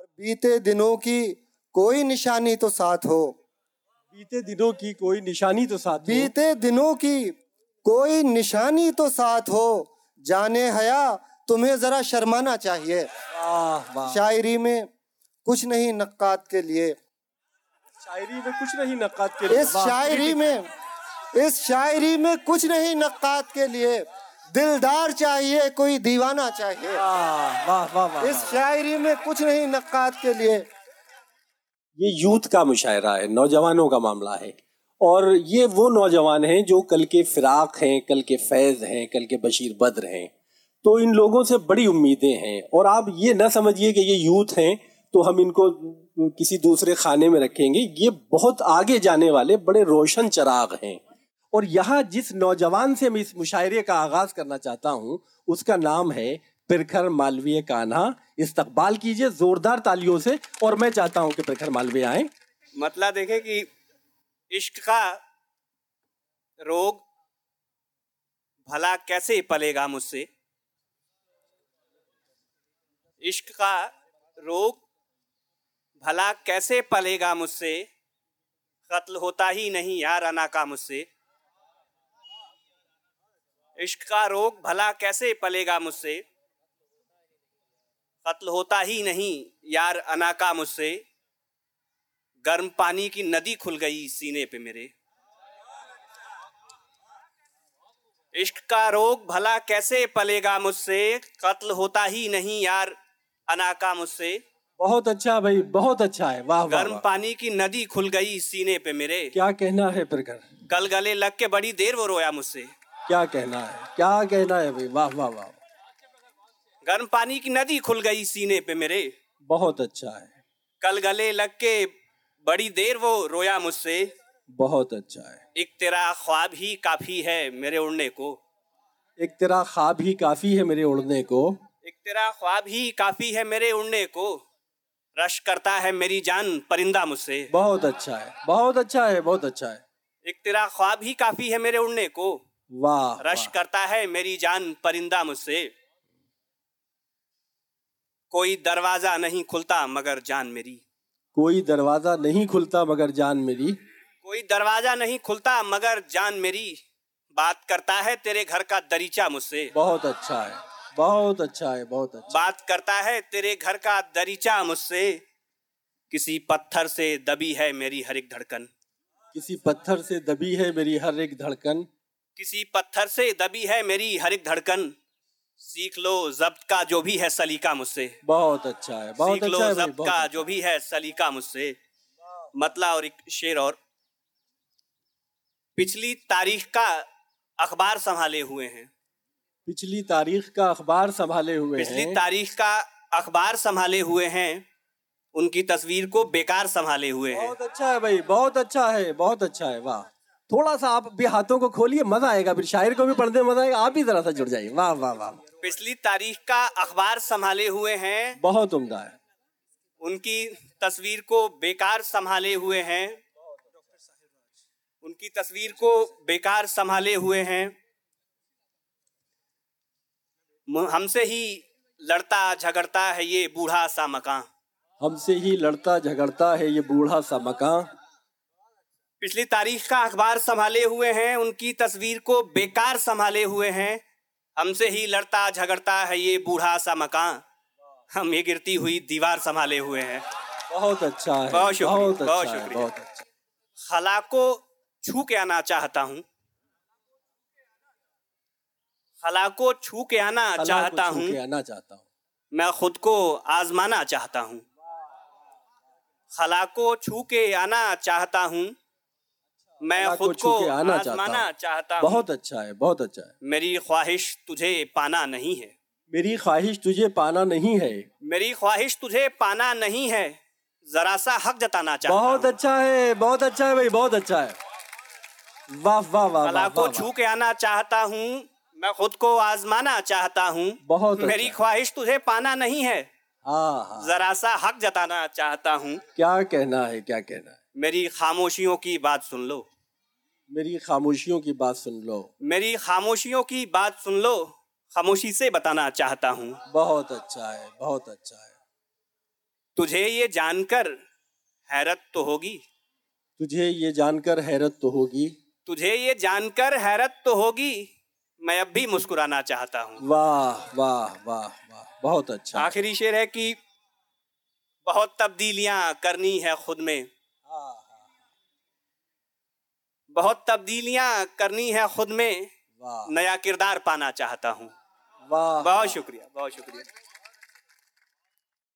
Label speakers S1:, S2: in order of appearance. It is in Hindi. S1: बीते दिनों की कोई निशानी तो साथ हो
S2: बीते दिनों की कोई निशानी तो साथ हो।
S1: बीते दिनों की कोई निशानी तो साथ हो जाने हया तुम्हें जरा शर्माना चाहिए
S2: वाह वाह
S1: शायरी में कुछ नहीं नक्कात के लिए
S2: शायरी में कुछ नहीं नक्कात के
S1: इस
S2: वाह,
S1: शायरी में इस शायरी में कुछ नहीं नक्कात के लिए दिलदार चाहिए कोई दीवाना चाहिए
S2: वाह वाह वाह वाह
S1: इस शायरी में कुछ नहीं नक्कात के लिए
S2: ये यूथ का मुशायरा है नौजवानों का मामला है और ये वो नौजवान हैं जो कल के फिराक हैं कल के फैज़ हैं कल के बशीर बद्र हैं तो इन लोगों से बड़ी उम्मीदें हैं और आप ये ना समझिए कि ये यूथ हैं तो हम इनको किसी दूसरे खाने में रखेंगे ये बहुत आगे जाने वाले बड़े रोशन चराग हैं और यहाँ जिस नौजवान से मैं इस मुशायरे का आगाज करना चाहता हूँ उसका नाम है प्रखर मालवीय कान्हा इस्तकबाल कीजिए जोरदार तालियों से और मैं चाहता हूँ कि प्रखर मालवीय आए
S3: मतला देखे कि इश्क का रोग भला कैसे पलेगा मुझसे इश्क का रोग भला कैसे पलेगा मुझसे कत्ल होता ही नहीं यार अना का मुझसे इश्क का रोग भला कैसे पलेगा मुझसे कत्ल होता ही नहीं यार अना का मुझसे गर्म पानी की नदी खुल गई सीने पे मेरे इश्क का रोग भला कैसे पलेगा मुझसे कत्ल होता ही नहीं यार अनाका मुझसे
S2: बहुत अच्छा भाई बहुत अच्छा है वाह वाह,
S3: गर्म
S2: वाह
S3: पानी की नदी खुल गई सीने पे मेरे
S2: क्या कहना है प्रखर
S3: कल गले लग के बड़ी देर वो रोया मुझसे
S2: क्या कहना है क्या कहना है भाई वाह वाह वाह
S3: गर्म पानी की नदी खुल गई सीने पे मेरे
S2: बहुत अच्छा है
S3: कल गले लग के बड़ी देर वो रोया मुझसे
S2: बहुत अच्छा है
S3: एक तेरा ख्वाब ही काफी है मेरे उड़ने को
S2: एक तेरा ख्वाब ही काफी है मेरे उड़ने को
S3: एक तेरा ख्वाब ही काफी है मेरे उड़ने को रश करता है मेरी जान परिंदा मुझसे
S2: बहुत अच्छा है बहुत अच्छा है बहुत अच्छा है
S3: एक तेरा ख्वाब ही काफी है मेरे उड़ने को
S2: वाह
S3: रश
S2: वाह।
S3: करता है मेरी जान परिंदा मुझसे कोई दरवाजा नहीं खुलता मगर जान मेरी
S2: कोई दरवाजा नहीं खुलता मगर जान मेरी
S3: कोई दरवाजा नहीं खुलता मगर जान मेरी बात करता है तेरे घर का दरीचा मुझसे
S2: बहुत अच्छा है बहुत अच्छा है बहुत अच्छा
S3: बात करता है तेरे घर का दरीचा मुझसे किसी पत्थर से दबी है मेरी हर एक धड़कन
S2: किसी पत्थर से दबी है मेरी हर एक धड़कन
S3: किसी पत्थर से दबी है मेरी हर एक धड़कन सीख लो जब्त का जो भी है सलीका मुझसे
S2: बहुत अच्छा है बहुत
S3: सीख लो
S2: अच्छा है भाई,
S3: जब्त
S2: बहुत
S3: का
S2: अच्छा।
S3: जो भी है सलीका मुझसे मतला और एक शेर और पिछली तारीख का अखबार संभाले हुए हैं
S2: पिछली तारीख का अखबार संभाले हुए
S3: पिछली
S2: हैं
S3: तारीख का अखबार संभाले हुए हैं उनकी तस्वीर को बेकार संभाले हुए हैं
S2: बहुत अच्छा है भाई बहुत अच्छा है बहुत अच्छा है वाह थोड़ा सा आप भी हाथों को खोलिए मजा आएगा फिर शायर को भी पढ़ने में मजा आएगा आप भी जरा सा जुड़ जाइए वाह वाह वाह
S3: पिछली तारीख का अखबार संभाले हुए हैं
S2: बहुत उम्दा है
S3: उनकी तस्वीर को बेकार संभाले हुए हैं उनकी तस्वीर को बेकार संभाले हुए हैं मु- हमसे ही लड़ता झगड़ता है ये बूढ़ा सा मकान
S2: हमसे ही लड़ता झगड़ता है ये बूढ़ा सा मकान
S3: पिछली तारीख का अखबार संभाले हुए हैं उनकी तस्वीर को बेकार संभाले हुए हैं हमसे ही लड़ता झगड़ता है ये बूढ़ा सा मकान हम ये गिरती हुई दीवार संभाले हुए हैं
S2: बहुत अच्छा है
S3: बहुत शुक्रिया,
S2: बहुत अच्छा
S3: बहुत
S2: है
S3: शुक्रिया।
S2: बहुत अच्छा
S3: खला को छू के आना चाहता हूँ खला को छू के आना
S2: अल्लाह को
S3: अच्छा चाहता
S2: छू
S3: हूँ
S2: के आना चाहता हूँ
S3: मैं खुद को आजमाना चाहता हूँ खला को छू के आना चाहता हूँ मैं
S2: खला को
S3: खुद
S2: छू
S3: को
S2: के आना चाहता
S3: आजमाना
S2: हूं।
S3: चाहता हूँ
S2: बहुत अच्छा है बहुत अच्छा है
S3: मेरी ख्वाहिश तुझे पाना नहीं है
S2: मेरी ख्वाहिश तुझे पाना नहीं है
S3: मेरी ख्वाहिश तुझे पाना नहीं है जरा सा हक जताना चाहता
S2: बहुत
S3: हूं।
S2: अच्छा है बहुत अच्छा है भाई बहुत अच्छा है वाह वाह वाह
S3: कला
S2: वाह
S3: को
S2: वाह,
S3: छू
S2: वाह।
S3: के आना चाहता हूँ मैं खुद को आजमाना चाहता हूँ
S2: बहुत अच्छा।
S3: मेरी ख्वाहिश तुझे पाना नहीं है
S2: हाँ हाँ
S3: जरा सा हक जताना चाहता हूँ
S2: क्या कहना है क्या कहना है
S3: मेरी खामोशियों की बात सुन लो
S2: मेरी खामोशियों की बात सुन लो
S3: मेरी खामोशियों की बात सुन लो खामोशी से बताना चाहता हूँ
S2: बहुत अच्छा है बहुत अच्छा है
S3: तुझे ये जानकर हैरत तो होगी
S2: तुझे ये जानकर हैरत तो होगी
S3: तुझे ये जानकर हैरत तो होगी मैं अब भी मुस्कुराना चाहता हूँ
S2: वाह वाह वाह वाह बहुत अच्छा
S3: आखिरी शेर है कि बहुत तब्दीलियां करनी है खुद में
S2: वाह
S3: बहुत तब्दीलियां करनी है खुद में
S2: वाह
S3: नया किरदार पाना चाहता हूँ
S2: वाह
S3: बहुत शुक्रिया बहुत शुक्रिया